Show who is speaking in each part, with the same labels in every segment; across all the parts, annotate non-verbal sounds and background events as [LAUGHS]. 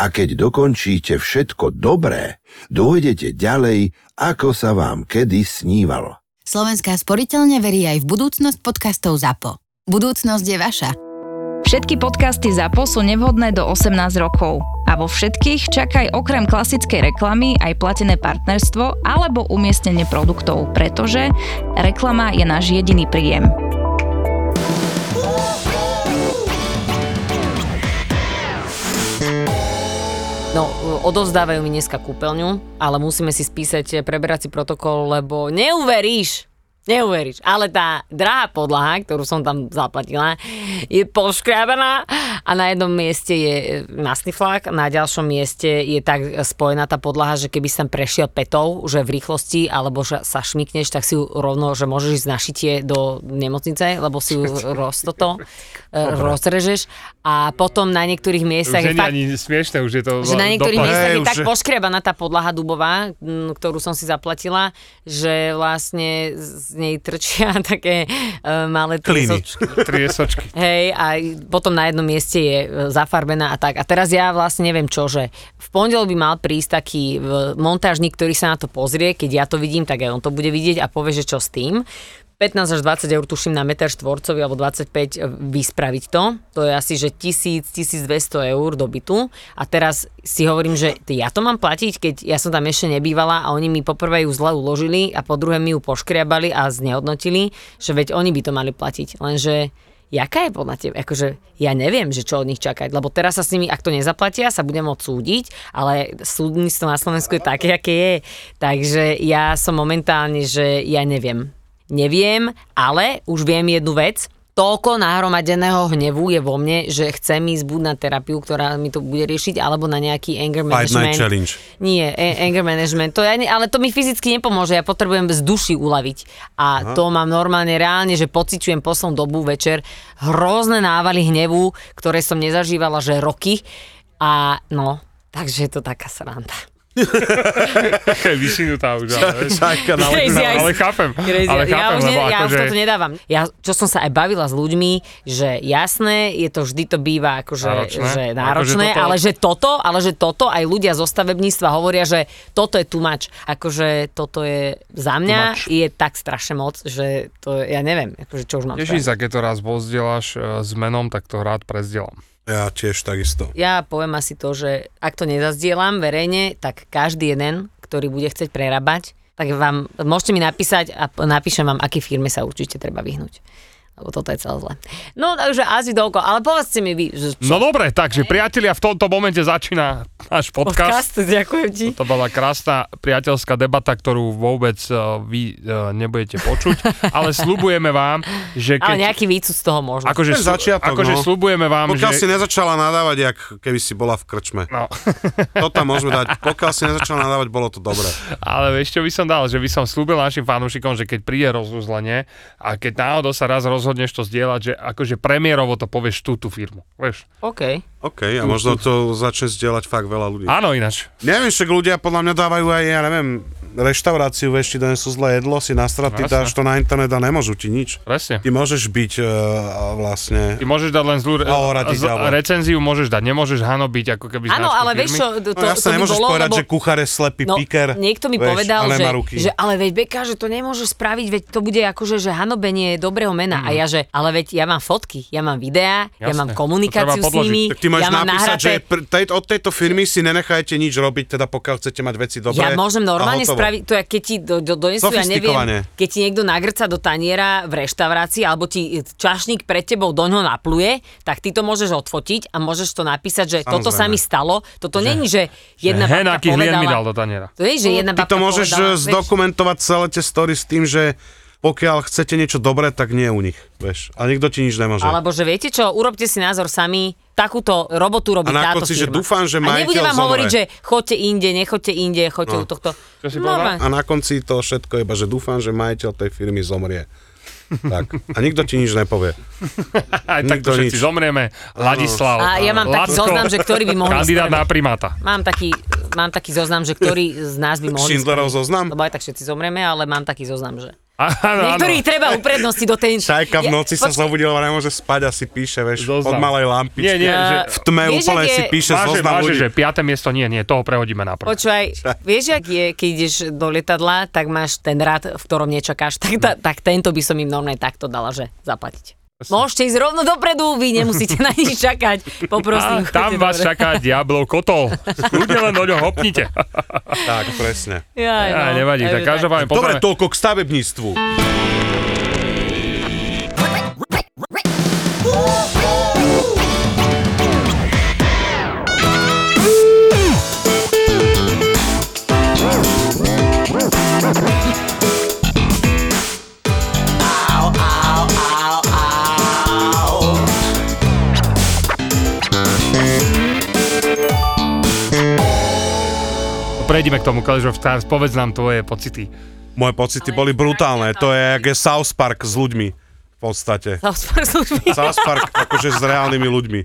Speaker 1: a keď dokončíte všetko dobré, dôjdete ďalej, ako sa vám kedy snívalo.
Speaker 2: Slovenská sporiteľne verí aj v budúcnosť podcastov ZAPO. Budúcnosť je vaša.
Speaker 3: Všetky podcasty ZAPO sú nevhodné do 18 rokov a vo všetkých čakaj okrem klasickej reklamy aj platené partnerstvo alebo umiestnenie produktov, pretože reklama je náš jediný príjem.
Speaker 4: No, odovzdávajú mi dneska kúpeľňu, ale musíme si spísať preberací protokol, lebo neuveríš, neuveríš, ale tá drahá podlaha, ktorú som tam zaplatila, je poškrábaná a na jednom mieste je eh, masný flak, na ďalšom mieste je tak spojená tá podlaha, že keby som prešiel petou, že v rýchlosti, alebo že sa šmikneš, tak si ju rovno, že môžeš ísť na šitie do nemocnice, lebo
Speaker 5: [LAUGHS]
Speaker 4: si ju roztoto, rozrežeš a potom na niektorých miestach... je
Speaker 5: Už nie je
Speaker 4: fakt-
Speaker 5: ani smiešne, už je to...
Speaker 4: že na niektorých
Speaker 5: dopadne.
Speaker 4: miestach
Speaker 5: Hej,
Speaker 4: je tak
Speaker 5: už-
Speaker 4: poškrebaná tá podlaha dubová, m, ktorú som si zaplatila, že vlastne z nej trčia [LAUGHS] také e, malé
Speaker 6: Kliny.
Speaker 4: triesočky.
Speaker 5: Triesočky.
Speaker 4: Hej, a potom na jednom mieste je e, zafarbená a tak. A teraz ja vlastne neviem čo, že v pondelok by mal prísť taký e, montážnik, ktorý sa na to pozrie, keď ja to vidím, tak aj on to bude vidieť a povie, že čo s tým. 15 až 20 eur tuším na meter štvorcový alebo 25 e, vyspraviť to. To je asi, že 1000, 1200 eur do bytu. A teraz si hovorím, že ty, ja to mám platiť, keď ja som tam ešte nebývala a oni mi poprvé ju zle uložili a po druhé mi ju poškriabali a znehodnotili, že veď oni by to mali platiť. Lenže Jaká je podľa teba? Akože ja neviem, že čo od nich čakať, lebo teraz sa s nimi, ak to nezaplatia, sa budem môcť súdiť, ale súdnictvo na Slovensku je také, aké je. Takže ja som momentálne, že ja neviem. Neviem, ale už viem jednu vec. Toľko nahromadeného hnevu je vo mne, že chcem ísť buď na terapiu, ktorá mi to bude riešiť, alebo na nejaký anger
Speaker 6: Fight
Speaker 4: management.
Speaker 6: Night Challenge.
Speaker 4: Nie, a- anger management, to ja ne, ale to mi fyzicky nepomôže, ja potrebujem z duši uľaviť. A Aha. to mám normálne reálne, že pociťujem poslednú dobu večer hrozné návaly hnevu, ktoré som nezažívala, že roky. A no, takže je to taká sranda.
Speaker 5: Taká vyšinutá už, ale, vieš.
Speaker 6: Čaká na
Speaker 4: Crazy
Speaker 5: ale,
Speaker 4: eyes.
Speaker 5: ale chápem.
Speaker 4: Crazy.
Speaker 5: ale chápem,
Speaker 4: ja už, ne,
Speaker 5: lebo
Speaker 4: ja už
Speaker 5: akože...
Speaker 4: toto nedávam. Ja, čo som sa aj bavila s ľuďmi, že jasné, je to vždy to býva akože náročné,
Speaker 5: Náročné.
Speaker 4: že náročné
Speaker 5: Akože toto-
Speaker 4: ale že toto, ale že toto aj ľudia zo stavebníctva hovoria, že toto je tumač. Akože toto je za mňa je tak strašne moc, že to ja neviem, akože čo už mám
Speaker 5: Teším
Speaker 4: spraviť.
Speaker 5: sa, keď to raz pozdieľaš e, s menom, tak to rád prezdielam.
Speaker 6: Ja tiež takisto.
Speaker 4: Ja poviem asi to, že ak to nezazdielam verejne, tak každý jeden, ktorý bude chcieť prerábať, tak vám, môžete mi napísať a p- napíšem vám, aké firme sa určite treba vyhnúť. Lebo toto je celé zle. No, takže asi toľko, ale povedzte mi vy, že
Speaker 5: No dobre, takže priatelia, v tomto momente začína náš podcast.
Speaker 4: podcast, ďakujem ti.
Speaker 5: No, To bola krásna priateľská debata, ktorú vôbec e, vy e, nebudete počuť, ale slubujeme vám, že
Speaker 4: Ale
Speaker 5: keď...
Speaker 4: nejaký výcud z toho možno.
Speaker 5: Akože,
Speaker 6: Ten
Speaker 5: slu-
Speaker 6: začiatok,
Speaker 5: akože
Speaker 6: no.
Speaker 5: slubujeme vám,
Speaker 6: Pokiaľ si
Speaker 5: že...
Speaker 6: nezačala nadávať, jak keby si bola v krčme.
Speaker 5: No,
Speaker 6: To tam môžeme dať. Pokiaľ si nezačala nadávať, bolo to dobré.
Speaker 5: ale vieš, čo by som dal? Že by som slúbil našim fanúšikom, že keď príde rozuzlenie a keď náhodou sa raz rozhodneš to zdieľať, že akože premiérovo to povieš tú, tú firmu. Vieš?
Speaker 4: OK.
Speaker 6: OK, a možno to začne zdieľať fakt veľa ľudí.
Speaker 5: Áno, ináč.
Speaker 6: Neviem, však ľudia podľa mňa dávajú aj, ja neviem, reštauráciu, vieš, ti donesú zlé jedlo, si nastra, ty
Speaker 5: Jasné.
Speaker 6: dáš to na internet a nemôžu ti nič.
Speaker 5: Presne.
Speaker 6: Ty môžeš byť uh, vlastne...
Speaker 5: Ty môžeš dať len zlú re-
Speaker 6: A orať
Speaker 5: z-
Speaker 6: ďalej.
Speaker 5: recenziu, môžeš dať, nemôžeš hanobiť ako keby
Speaker 4: Áno,
Speaker 5: značku
Speaker 4: ale
Speaker 5: firmy.
Speaker 4: vieš čo, to,
Speaker 6: No jasne,
Speaker 4: to by
Speaker 6: nemôžeš
Speaker 4: bolo,
Speaker 6: povedať,
Speaker 4: lebo...
Speaker 6: že kuchár je slepý
Speaker 4: No,
Speaker 6: piker.
Speaker 4: niekto mi
Speaker 6: vieš,
Speaker 4: povedal,
Speaker 6: ale
Speaker 4: že,
Speaker 6: má ruky.
Speaker 4: že ale veď Beka, že to nemôžeš spraviť, veď to bude akože, že hanobenie dobrého mena.
Speaker 6: Mhm.
Speaker 4: A ja, že ale veď ja mám fotky, ja mám videá, ja
Speaker 5: Jasné,
Speaker 4: mám
Speaker 5: to
Speaker 4: komunikáciu
Speaker 5: treba
Speaker 4: s
Speaker 5: podložiť.
Speaker 4: nimi,
Speaker 6: Tak ty máš
Speaker 4: ja mám
Speaker 6: napísať, že
Speaker 4: nahraté...
Speaker 6: pr- tej, od tejto firmy si nenechajte nič robiť, teda pokiaľ chcete mať veci dobré.
Speaker 4: ja môžem
Speaker 6: a
Speaker 4: normálne
Speaker 6: hotovo.
Speaker 4: spraviť, to ja keď ti do, do, donesú, ja neviem,
Speaker 6: Sofistikovane.
Speaker 4: keď ti niekto nagrca do taniera v reštaurácii, alebo ti čašník pred tebou doňho napluje, tak ty to môžeš odfotiť a môžeš to napísať, že
Speaker 6: Samozrejme.
Speaker 4: toto sa mi stalo, toto není, že jedna
Speaker 5: Hen,
Speaker 4: babka
Speaker 5: aký hneď mi
Speaker 4: povedala...
Speaker 5: dal do taniera.
Speaker 4: To nie, že jedna
Speaker 6: Ty
Speaker 4: babka
Speaker 6: to môžeš
Speaker 4: povedala,
Speaker 6: povedala,
Speaker 4: vieš.
Speaker 6: zdokumentovať celé tie story s tým, že pokiaľ chcete niečo dobré, tak nie u nich, vieš. A nikto ti nič nemôže.
Speaker 4: Alebo že viete čo, urobte si názor sami, takúto robotu robí
Speaker 6: A na
Speaker 4: táto
Speaker 6: konci, že
Speaker 4: firma.
Speaker 6: dúfam,
Speaker 4: a
Speaker 6: že
Speaker 4: nebude
Speaker 6: majiteľ
Speaker 4: vám
Speaker 6: zomre.
Speaker 4: hovoriť, že choďte inde, nechoďte inde, choďte no. u tohto.
Speaker 5: Čo si
Speaker 4: no,
Speaker 5: povedal?
Speaker 6: A na konci to všetko iba, že dúfam, že majiteľ tej firmy zomrie. Tak. A nikto ti nič nepovie.
Speaker 5: [LAUGHS] Aj tak
Speaker 6: Nikto
Speaker 5: to všetci
Speaker 6: nič.
Speaker 5: zomrieme. Ladislav.
Speaker 4: A ja mám taký
Speaker 5: Lacko,
Speaker 4: zoznam, že ktorý by mohol
Speaker 5: Kandidát
Speaker 4: ísť
Speaker 5: na primáta. [LAUGHS]
Speaker 4: Mám taký, mám taký zoznam, že ktorý z nás by mohol... ísť
Speaker 6: Schindlerov
Speaker 4: prvý.
Speaker 6: zoznam?
Speaker 4: Lebo aj tak všetci zomreme, ale mám taký zoznam, že...
Speaker 5: Áno, áno.
Speaker 4: Niektorých treba uprednosti do tej...
Speaker 6: Čajka v
Speaker 4: Ja-
Speaker 6: noci sa
Speaker 4: počkaj,
Speaker 6: zobudila, lebo nemôže spať a si píše, vieš,
Speaker 5: Zoznam.
Speaker 6: od malej lampičky.
Speaker 5: Nie, nie, že...
Speaker 6: V tme
Speaker 4: Vieš,
Speaker 6: úplne
Speaker 4: ak je-
Speaker 6: si píše
Speaker 5: Máže,
Speaker 6: zoznam
Speaker 5: máže,
Speaker 6: ľudí.
Speaker 5: že piaté miesto nie, nie, toho prehodíme na prvé.
Speaker 4: Počúvaj, vieš, ak je, keď ideš do lietadla, tak máš ten rád, v ktorom nečakáš, tak, ta, tak tento by som im normálne takto dala, že zaplatiť. Môžete ísť rovno dopredu, vy nemusíte na nič čakať,
Speaker 5: A
Speaker 4: poprosím.
Speaker 5: Ah, tam
Speaker 4: choďte
Speaker 5: vás
Speaker 4: dobre.
Speaker 5: čaká diablov kotol. Kľudne len do ňoho hopnite.
Speaker 6: Tak, presne.
Speaker 4: Jaj,
Speaker 5: Á, nevadí,
Speaker 4: Aj,
Speaker 5: tak každopádne pozrieme.
Speaker 6: Dobre, toľko k stavebníctvu.
Speaker 5: Prejdime k tomu Clash of Stars, povedz nám tvoje pocity.
Speaker 6: Moje pocity boli brutálne. To je, jak je South Park s ľuďmi. V podstate.
Speaker 4: Za ospor služby.
Speaker 6: South Park akože s reálnymi ľuďmi.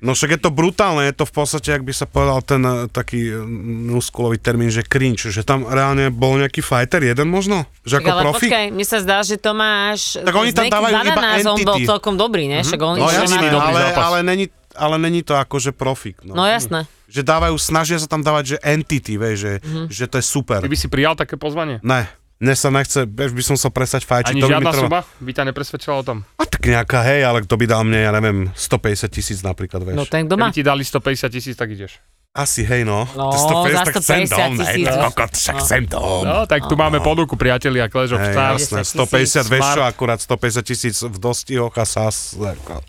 Speaker 6: No však je to brutálne, je to v podstate, ak by sa povedal ten eh, taký mm, nuskulový termín, že cringe, že tam reálne bol nejaký fighter, jeden možno? Že ako
Speaker 4: Ale
Speaker 6: profi?
Speaker 4: počkaj, mne sa zdá, že Tomáš
Speaker 6: Tak
Speaker 4: s
Speaker 6: oni tam
Speaker 4: nejakým
Speaker 6: dávajú iba
Speaker 4: ananázom bol
Speaker 6: entity.
Speaker 4: celkom dobrý, ne? Však on
Speaker 6: No
Speaker 4: išiel
Speaker 6: jasné,
Speaker 5: mali dobrý
Speaker 6: ale,
Speaker 5: zápas.
Speaker 6: ale, není, ale není to akože profik. No.
Speaker 4: No jasné.
Speaker 6: Že dávajú, snažia sa tam dávať, že entity, vieš, že,
Speaker 4: Mhm.
Speaker 6: že to je super.
Speaker 5: Ty by si prijal také pozvanie?
Speaker 6: Ne, mne sa nechce, vieš, by som sa prestať fajčiť.
Speaker 5: Ani
Speaker 6: to by mi
Speaker 5: žiadna
Speaker 6: trvalo-
Speaker 5: suba by ťa nepresvedčila o tom.
Speaker 6: A tak nejaká, hej, ale kto by dal mne, ja neviem, 150 tisíc napríklad, vieš.
Speaker 4: No ten, kto má
Speaker 5: Keby ti dali 150 tisíc, tak ideš.
Speaker 6: Asi, hej, no.
Speaker 4: No,
Speaker 6: To
Speaker 4: za
Speaker 6: tak chcem
Speaker 4: 150
Speaker 6: dom, hej,
Speaker 4: tisíc.
Speaker 6: to kokot, však chcem dom.
Speaker 5: No, tak tu máme ponuku, priatelia, Clash of
Speaker 6: Hej,
Speaker 5: Stars.
Speaker 6: jasné,
Speaker 4: 10
Speaker 6: 150, vieš čo,
Speaker 5: Smart.
Speaker 6: akurát 150 tisíc v dostihoch a sás, ako-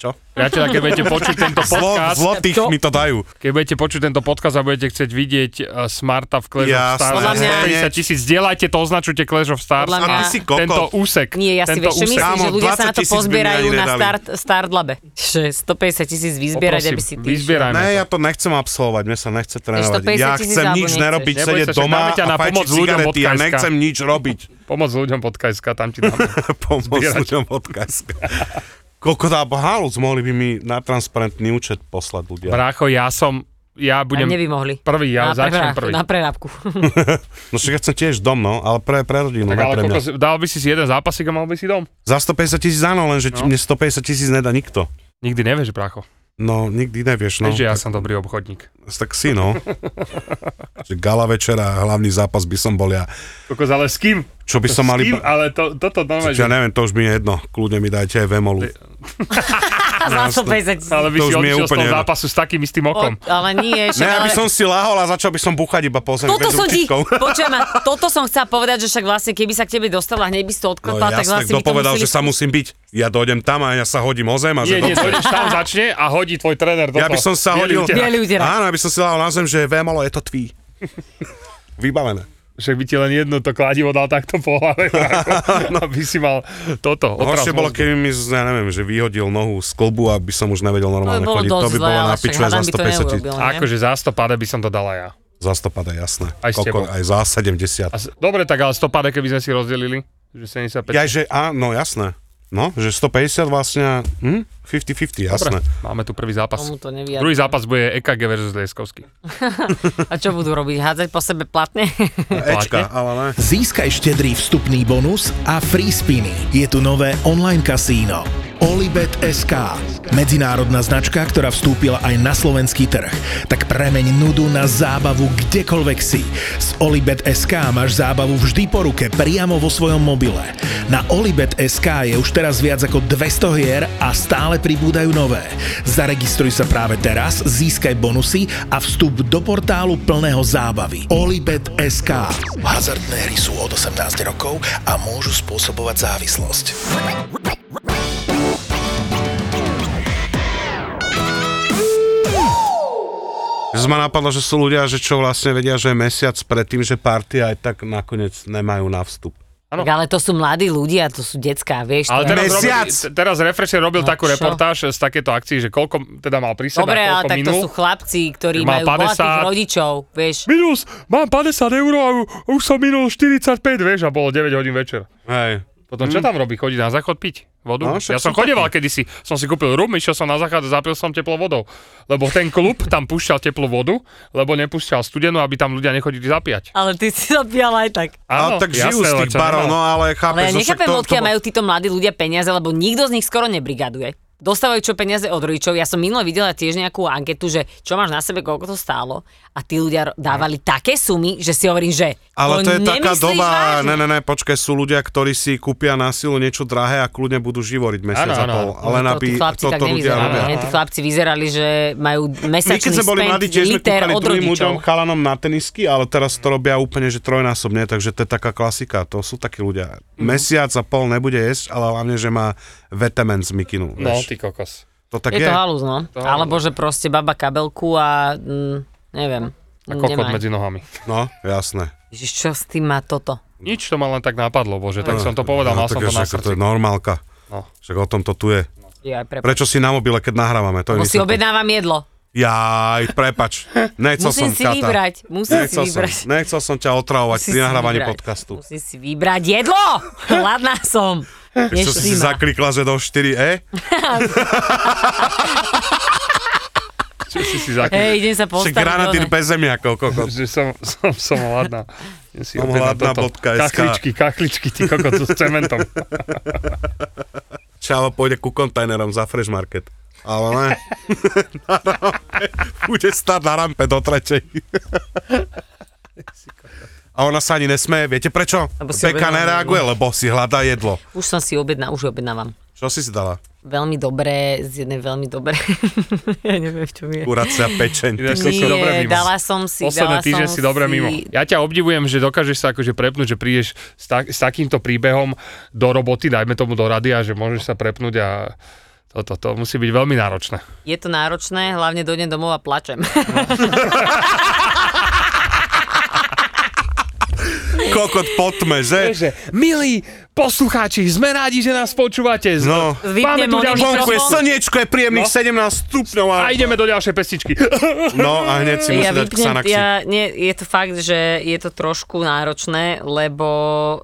Speaker 6: čo?
Speaker 5: Priatelia, keď budete počuť tento
Speaker 6: Zlo,
Speaker 5: podcast,
Speaker 6: zlotých
Speaker 4: To-
Speaker 6: mi to dajú.
Speaker 5: keď budete počuť tento podcast a budete chcieť vidieť uh, Smarta v Clash
Speaker 6: Jasné.
Speaker 5: of Stars
Speaker 4: Podľa
Speaker 5: za
Speaker 4: mňa-
Speaker 5: 150 tisíc, zdieľajte to, označujte Clash of Stars.
Speaker 4: Podľa
Speaker 6: A ty
Speaker 4: mňa-
Speaker 6: si
Speaker 5: Tento
Speaker 6: kokot.
Speaker 5: úsek.
Speaker 4: Nie, ja si
Speaker 5: tento
Speaker 4: vieš, čo myslím,
Speaker 6: Kámo,
Speaker 4: že ľudia sa na
Speaker 6: 20
Speaker 4: to
Speaker 6: tisíc by mne
Speaker 4: pozbierajú
Speaker 6: ani
Speaker 4: na
Speaker 6: nedali.
Speaker 4: start, startlabe. Že 150 tisíc vyzbierať,
Speaker 5: Poprosím,
Speaker 4: aby si ty...
Speaker 5: vyzbierajme
Speaker 6: Ne,
Speaker 5: to.
Speaker 6: ja to nechcem absolvovať, mne sa nechce trénovať.
Speaker 4: 150
Speaker 6: Ja
Speaker 4: tisíc
Speaker 6: chcem
Speaker 4: alebo
Speaker 6: nič
Speaker 4: nechceš?
Speaker 6: nerobiť,
Speaker 5: Neboj
Speaker 6: sedieť
Speaker 5: sa, však dáme
Speaker 6: doma
Speaker 5: ťa na
Speaker 6: a
Speaker 5: pomoc
Speaker 6: fajčiť
Speaker 5: ľuďom od
Speaker 6: cigarety. Ja
Speaker 5: KSK.
Speaker 6: nechcem nič
Speaker 5: [LAUGHS]
Speaker 6: robiť.
Speaker 5: Pomoc ľuďom podcast, tam ti dám.
Speaker 6: Pomoc
Speaker 5: Zbierať.
Speaker 6: ľuďom od KSK. Koľko dá halúc, mohli by mi na transparentný účet poslať ľudia.
Speaker 5: [LAUGHS] Brácho, ja som, ja budem
Speaker 4: Mne by mohli.
Speaker 5: prvý,
Speaker 4: na,
Speaker 5: ja
Speaker 4: prehra-
Speaker 5: začnem prvý.
Speaker 4: na prerábku.
Speaker 6: No však ja chcem tiež dom, no, ale pre, pre rodinu,
Speaker 5: Tak
Speaker 6: ne
Speaker 5: ale
Speaker 6: pre mňa.
Speaker 5: kokos, dal by si si jeden zápasik a mal by si dom.
Speaker 6: Za 150 tisíc áno, lenže
Speaker 5: No.
Speaker 6: no. mne 150 tisíc nedá nikto.
Speaker 5: Nikdy nevieš, brácho.
Speaker 6: No, nikdy nevieš, no.
Speaker 5: Vieš, že ja
Speaker 6: tak,
Speaker 5: som dobrý obchodník.
Speaker 6: tak si,
Speaker 5: [LAUGHS]
Speaker 6: no. Že Gala večera, hlavný zápas by som bol ja.
Speaker 5: Kokos, ale s kým?
Speaker 6: Čo by som
Speaker 5: S
Speaker 6: mal
Speaker 5: kým?
Speaker 6: iba...
Speaker 5: Ale to, toto normálne,
Speaker 6: Ja
Speaker 5: že...
Speaker 6: neviem, to už mi je jedno. Kľudne mi dajte aj Vemolu.
Speaker 4: [LAUGHS] A za 150 tisíc.
Speaker 5: Ale by
Speaker 6: To
Speaker 5: si
Speaker 6: už mi je
Speaker 5: odišiel z
Speaker 6: úplne
Speaker 5: toho
Speaker 6: jedno.
Speaker 5: zápasu s takým istým
Speaker 4: O,
Speaker 5: okom.
Speaker 4: ale nie, však,
Speaker 6: Ne,
Speaker 4: ale...
Speaker 6: aby som si lahol a začal by som buchať iba po
Speaker 4: [LAUGHS]
Speaker 6: zemi.
Speaker 4: Toto
Speaker 6: bez
Speaker 4: som ti,
Speaker 6: [LAUGHS] ručičkou.
Speaker 4: počuj ma, toto som chcela povedať, že však vlastne keby sa k tebe dostala, hneď by si to
Speaker 6: No
Speaker 4: odklepala, tak
Speaker 6: jasne,
Speaker 4: vlastne
Speaker 6: kto
Speaker 4: by to
Speaker 6: povedal,
Speaker 4: museli...
Speaker 6: že sa musím byť? Ja dojdem tam a ja sa hodím o zem a
Speaker 5: Nie,
Speaker 6: že...
Speaker 5: nie,
Speaker 6: dobre.
Speaker 5: to- tam začne a hodí tvoj tréner do
Speaker 6: ja by
Speaker 5: toho.
Speaker 6: som sa
Speaker 5: Bielý
Speaker 6: hodil...
Speaker 5: úterák.
Speaker 4: Bielý úterák.
Speaker 6: Áno, ja by som si lahol na zem, že Vemolo, je to tvý. [LAUGHS] Vybavené.
Speaker 5: Však by ti len jedno to kladivo dal takto po hlave,
Speaker 6: [LAUGHS]
Speaker 5: no. aby si mal toto. otras
Speaker 6: Horšie bolo,
Speaker 5: mozgu.
Speaker 6: keby mi, z- ja neviem, že vyhodil nohu z klbu, aby som už nevedel
Speaker 4: To by
Speaker 6: normálne
Speaker 4: No, bolo
Speaker 6: chodiť.
Speaker 4: dosť
Speaker 6: To by
Speaker 4: zle,
Speaker 6: bolo
Speaker 4: ale
Speaker 6: na
Speaker 4: však
Speaker 6: piču aj za
Speaker 4: hádam by to
Speaker 6: 150 tisíc.
Speaker 4: neurobil, ne?
Speaker 5: Akože za 100 by som to dala ja.
Speaker 6: Za 150, jasné.
Speaker 5: Aj s tebou.
Speaker 6: Koľko, aj za
Speaker 5: A
Speaker 6: 70.
Speaker 5: s- Dobre, tak ale 100 keby sme si rozdelili, že 75.
Speaker 6: Ja, že, á, no jasné. No, že 150 vlastne, hm? 50-50, jasné.
Speaker 5: Dobre, máme tu prvý zápas.
Speaker 4: Tomu to nevyjadri.
Speaker 5: Druhý zápas bude EKG versus Lieskovský.
Speaker 4: A čo budú robiť, hádzať po sebe platne?
Speaker 6: Ečka, ale ne.
Speaker 7: Získaj štedrý vstupný bonus a free spiny. Je tu nové online kasíno. Olibet SK. Medzinárodná značka, ktorá vstúpila aj na slovenský trh. Tak premeň nudu na zábavu kdekoľvek si. Z Olibet SK máš zábavu vždy po ruke, priamo vo svojom mobile. Na Olibet SK je už teraz viac ako 200 hier a stále pribúdajú nové. Zaregistruj sa práve teraz, získaj bonusy a vstup do portálu plného zábavy. Olibet SK. Hazardné hry sú od 18 rokov a môžu spôsobovať závislosť.
Speaker 6: Že ma napadlo, že sú ľudia, že čo vlastne vedia, že mesiac pred tým, že party aj tak nakoniec nemajú na vstup.
Speaker 5: [LAUGHS] Áno.
Speaker 4: Tak ale to sú mladí ľudia, to sú decká, vieš.
Speaker 5: Ale
Speaker 4: to je-
Speaker 5: teraz,
Speaker 6: Mesiac!
Speaker 5: robil, te- teraz Refresher robil
Speaker 4: No
Speaker 5: takú
Speaker 4: čo?
Speaker 5: reportáž z takéto akcii, že koľko teda mal pri sebe,
Speaker 4: Dobre, ale
Speaker 5: koľko
Speaker 4: tak to
Speaker 5: minul.
Speaker 4: sú chlapci, ktorí
Speaker 5: Mal
Speaker 4: majú
Speaker 5: 50.
Speaker 4: bohatých rodičov, vieš.
Speaker 5: Minus, mám 50 eur a u- už som minul 45, vieš, a bolo 9 hodín večer.
Speaker 6: Hej.
Speaker 5: Potom čo tam robí? Chodí na záchod piť vodu?
Speaker 6: Mm. No, však
Speaker 5: ja som
Speaker 6: sú
Speaker 5: chodeval
Speaker 6: takí.
Speaker 5: kedysi, som si kúpil rum, išiel som na záchod a zapil som teplou vodou. Lebo ten klub tam púšťal teplú vodu, lebo nepúšťal studenú, aby tam ľudia nechodili zapíjať.
Speaker 4: Ale ty si zabíjal aj tak.
Speaker 6: Ale tak žijú z
Speaker 5: jasné,
Speaker 6: tých
Speaker 5: čo
Speaker 6: barov, no
Speaker 5: nemal.
Speaker 6: ale chápeš,
Speaker 4: Ale ja
Speaker 6: no však
Speaker 4: nechápem,
Speaker 6: to- to
Speaker 4: odkiaľ
Speaker 6: bol-
Speaker 4: majú títo mladí ľudia peniaze, lebo nikto z nich skoro nebrigaduje. Dostávajú čo peniaze od rodičov. Ja som minule videla tiež nejakú anketu, že čo máš na sebe, koľko to stálo. A tí ľudia ro- dávali také sumy, že si hovorím, že
Speaker 6: Ale to je taká
Speaker 4: nemyslíš
Speaker 6: doba,
Speaker 4: vážne.
Speaker 6: ne, ne, ne, počkaj, sú ľudia, ktorí si kúpia na silu niečo drahé a kľudne budú živoriť
Speaker 5: Áno,
Speaker 6: mesiac a
Speaker 5: áno.
Speaker 6: pol.
Speaker 4: No
Speaker 6: Ale
Speaker 4: to,
Speaker 6: aby
Speaker 4: tí chlapci tak
Speaker 6: toto ľudia
Speaker 4: nevyzerali.
Speaker 6: robia.
Speaker 4: ne? Tí chlapci vyzerali, že majú
Speaker 6: My
Speaker 4: mesačný
Speaker 6: keď sme boli
Speaker 4: spend
Speaker 6: mladí, tiež sme
Speaker 4: liter
Speaker 6: kúkali
Speaker 4: od
Speaker 6: druhým
Speaker 4: rodičov.
Speaker 6: ľuďom, chalanom na tenisky, ale teraz to robia úplne, že trojnásobne, takže to je taká klasika, to sú takí ľudia.
Speaker 4: Mhm.
Speaker 6: Mesiac a pol nebude jesť, ale hlavne, že má vetemen z mikinu.
Speaker 5: No,
Speaker 6: vieš.
Speaker 5: ty kokos.
Speaker 6: To tak
Speaker 4: Je
Speaker 6: je.
Speaker 4: to halúz, no.
Speaker 5: To halúz.
Speaker 4: Alebo že proste baba kabelku a mm, neviem.
Speaker 5: A kokot
Speaker 4: nemá.
Speaker 5: medzi nohami.
Speaker 6: No, jasné.
Speaker 4: Ježiš, čo s tým má toto?
Speaker 5: Nič to ma len tak napadlo, bože, tak som to povedal, mal
Speaker 6: no,
Speaker 5: som
Speaker 6: tak
Speaker 5: to
Speaker 6: je,
Speaker 5: na
Speaker 6: však To
Speaker 5: srdci.
Speaker 6: je normálka.
Speaker 5: No.
Speaker 6: Však o tom to tu je.
Speaker 4: Ja aj prepáč.
Speaker 6: Prečo si na mobile, keď nahrávame? To je
Speaker 4: Lebo si
Speaker 6: vysvetlenie.
Speaker 4: objednávam jedlo.
Speaker 6: Jaj, prepač. Nechcel som
Speaker 4: Musím si
Speaker 6: kata.
Speaker 4: vybrať, musím si
Speaker 6: Nechcel som,
Speaker 4: vybrať.
Speaker 6: nechcel som ťa otravovať
Speaker 4: Musím
Speaker 6: pri
Speaker 4: si
Speaker 6: nahrávaní
Speaker 4: vybrať.
Speaker 6: podcastu.
Speaker 4: Musím si vybrať jedlo! Hladná som.
Speaker 6: Ešte si si
Speaker 4: Neštíma.
Speaker 6: zaklikla, že do e? 4E?
Speaker 5: Čo si si zakýval?
Speaker 4: Hej, idem sa
Speaker 6: Či
Speaker 4: postaviť.
Speaker 6: granatír
Speaker 4: dole.
Speaker 6: bez zemiakov, kokos.
Speaker 5: že som, som, som hladná. Idem si
Speaker 6: Som
Speaker 5: opäť na
Speaker 6: hladná
Speaker 5: toto.
Speaker 6: bodka SK.
Speaker 5: Kachličky, kachličky, ty kokos s cementom.
Speaker 6: Čavo pôjde ku kontajnerom za Fresh Market. Ale ne. Na rampe. [LAUGHS] Bude stáť na rampe do tretej. A ona sa ani nesmeje. Viete prečo?
Speaker 4: Lebo si
Speaker 6: Beka
Speaker 4: objednala
Speaker 6: nereaguje, lebo si hľadá jedlo.
Speaker 4: Už som si objedná, už objednávam.
Speaker 6: Čo si si dala?
Speaker 4: Veľmi dobré, z jednej veľmi dobré. [LAUGHS] ja neviem, v čom je.
Speaker 6: Kuracia pečeň.
Speaker 5: Ideš si
Speaker 4: Nie,
Speaker 5: dobre mimo.
Speaker 4: dala som [LAUGHS] si,
Speaker 5: Posledné
Speaker 4: dala
Speaker 5: týždne
Speaker 4: som
Speaker 5: si dobre mimo. Ja ťa obdivujem, že dokážeš sa akože prepnúť, že prídeš s, tak, s takýmto príbehom do roboty, dajme tomu do rady a že môžeš sa prepnúť a toto, to musí byť veľmi náročné.
Speaker 4: Je to náročné, hlavne dojdem domov a plačem.
Speaker 6: No. Kokot potme, že?
Speaker 5: milí poslucháči, sme rádi, že nás počúvate.
Speaker 6: No.
Speaker 4: [LAUGHS] Vypnem
Speaker 5: tu
Speaker 4: oný
Speaker 5: ďalšiu
Speaker 4: mikrofón.
Speaker 6: Vonku je slniečko, je príjemných
Speaker 5: No.
Speaker 6: 17 stupňov. A...
Speaker 5: A ideme do ďalšej pestičky.
Speaker 6: No a hneď si musí
Speaker 4: Ja
Speaker 6: dať
Speaker 4: vypnem,
Speaker 6: Xanaxi.
Speaker 4: ja, nie, je to fakt, že je to trošku náročné, lebo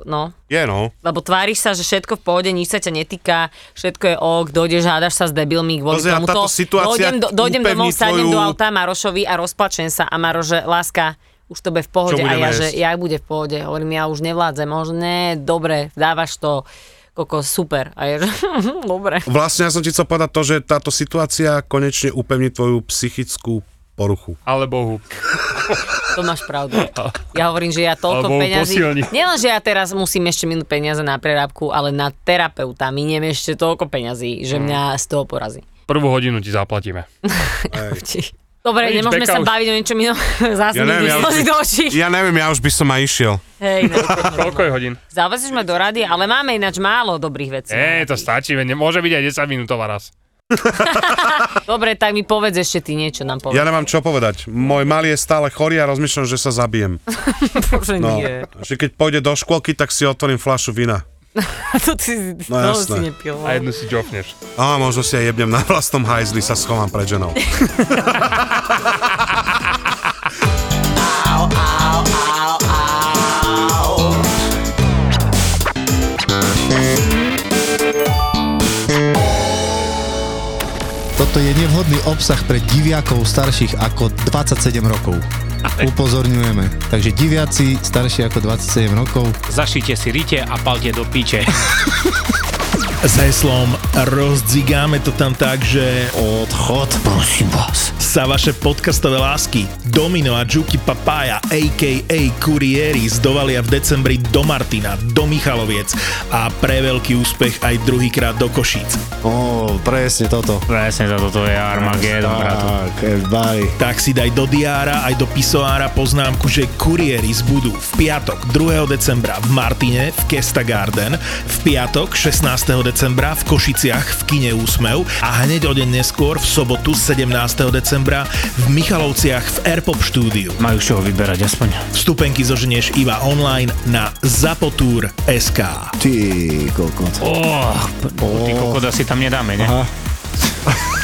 Speaker 4: no,
Speaker 6: Je no.
Speaker 4: lebo tváriš sa, že všetko v pohode, nič sa ťa netýka, všetko je ok, dojdeš, hádaš sa s debilmi kvôli
Speaker 6: Pozri, a
Speaker 4: tomuto.
Speaker 6: táto situácia
Speaker 4: dojdem, do, dojdem
Speaker 6: upevní
Speaker 4: domov, sadnem
Speaker 6: tvoju-
Speaker 4: do auta Marošovi a rozplačem sa a Maroš, že láska, už to bude v pohode a
Speaker 6: Čo
Speaker 4: ja,
Speaker 6: budeme
Speaker 4: že
Speaker 6: jesť?
Speaker 4: ja bude v pohode. Hovorím, ja už nevládzem, možno ne, dobre, dávaš to, koko, super. A ja, že [LAUGHS] dobre.
Speaker 6: Vlastne ja som ti chcel povedať to, že táto situácia konečne upevní tvoju psychickú poruchu.
Speaker 5: Ale bohu.
Speaker 4: To máš
Speaker 6: [LAUGHS]
Speaker 4: pravdu. Ja hovorím, že ja toľko
Speaker 5: Alebo
Speaker 4: peňazí...
Speaker 5: posilní.
Speaker 4: Nielen, že ja teraz musím ešte minúť peniaze na prerábku, ale na terapeuta miniem ešte toľko peňazí,
Speaker 6: Mm.
Speaker 4: že mňa z toho porazí.
Speaker 5: Prvú hodinu ti zaplatíme.
Speaker 4: Dobre,
Speaker 5: Nič,
Speaker 4: nemôžeme
Speaker 5: Beka
Speaker 4: sa
Speaker 5: už-
Speaker 4: baviť o niečom inom. [LAUGHS] Zase
Speaker 6: Ja
Speaker 4: mi
Speaker 6: neviem, ja
Speaker 4: vyslozí
Speaker 6: už-
Speaker 4: do očí.
Speaker 6: Ja neviem, ja už by som aj išiel. [LAUGHS]
Speaker 4: Hej, no.
Speaker 5: Koľko je hodín?
Speaker 4: Zavazíš ma do rady, ale máme ináč málo dobrých vecí.
Speaker 5: Ej, to stačí, veď ne- môže byť aj 10 minútová raz.
Speaker 4: Dobre, tak mi povedz ešte ty niečo nám povedz.
Speaker 6: Ja nemám čo povedať. Môj malý je stále chorý a rozmýšľam, že sa zabijem.
Speaker 4: Bože,
Speaker 6: No,
Speaker 4: nie.
Speaker 6: že keď pôjde do škôlky, tak si otvorím fľašu vina.
Speaker 4: [LAUGHS] To ty no,
Speaker 6: No jasné.
Speaker 4: si nepil.
Speaker 5: A jednu si džofneš.
Speaker 6: A možno si aj jebnem na vlastnom hajzli, sa schovám pred ženou.
Speaker 8: Toto je nevhodný obsah pre diviakov starších ako 27 rokov. Upozorňujeme. Takže diviaci starší ako 27 rokov.
Speaker 9: Zašite si rite a palte do piče.
Speaker 7: S heslom Rozdzigáme to tam tak, že
Speaker 8: Odchod, prosím vás.
Speaker 7: sa vaše podcastové lásky Domino a Juki Papaya a.k.a. Kurieri zdovalia v decembri do Martina, do Michaloviec a pre veľký úspech aj druhýkrát do Košíc.
Speaker 8: Ó, presne toto.
Speaker 9: Presne za toto je Armageddon, bratu.
Speaker 8: Tak, everybody.
Speaker 7: Tak si daj do diára aj do pisoára poznámku, že kurieris budú v piatok 2. decembra v Martine v Kesta Garden, v piatok 16. decembra decembra v Košiciach v kine Úsmev a hneď o deň neskôr v sobotu 17. decembra v Michalovciach v Airpop štúdiu.
Speaker 9: Majú z čoho vyberať aspoň.
Speaker 7: Vstupenky zoženieš iba online na zapotur.sk.
Speaker 8: Ty kokot.
Speaker 9: Oh, p- ty kokot asi tam nedáme, ne?
Speaker 8: Aha.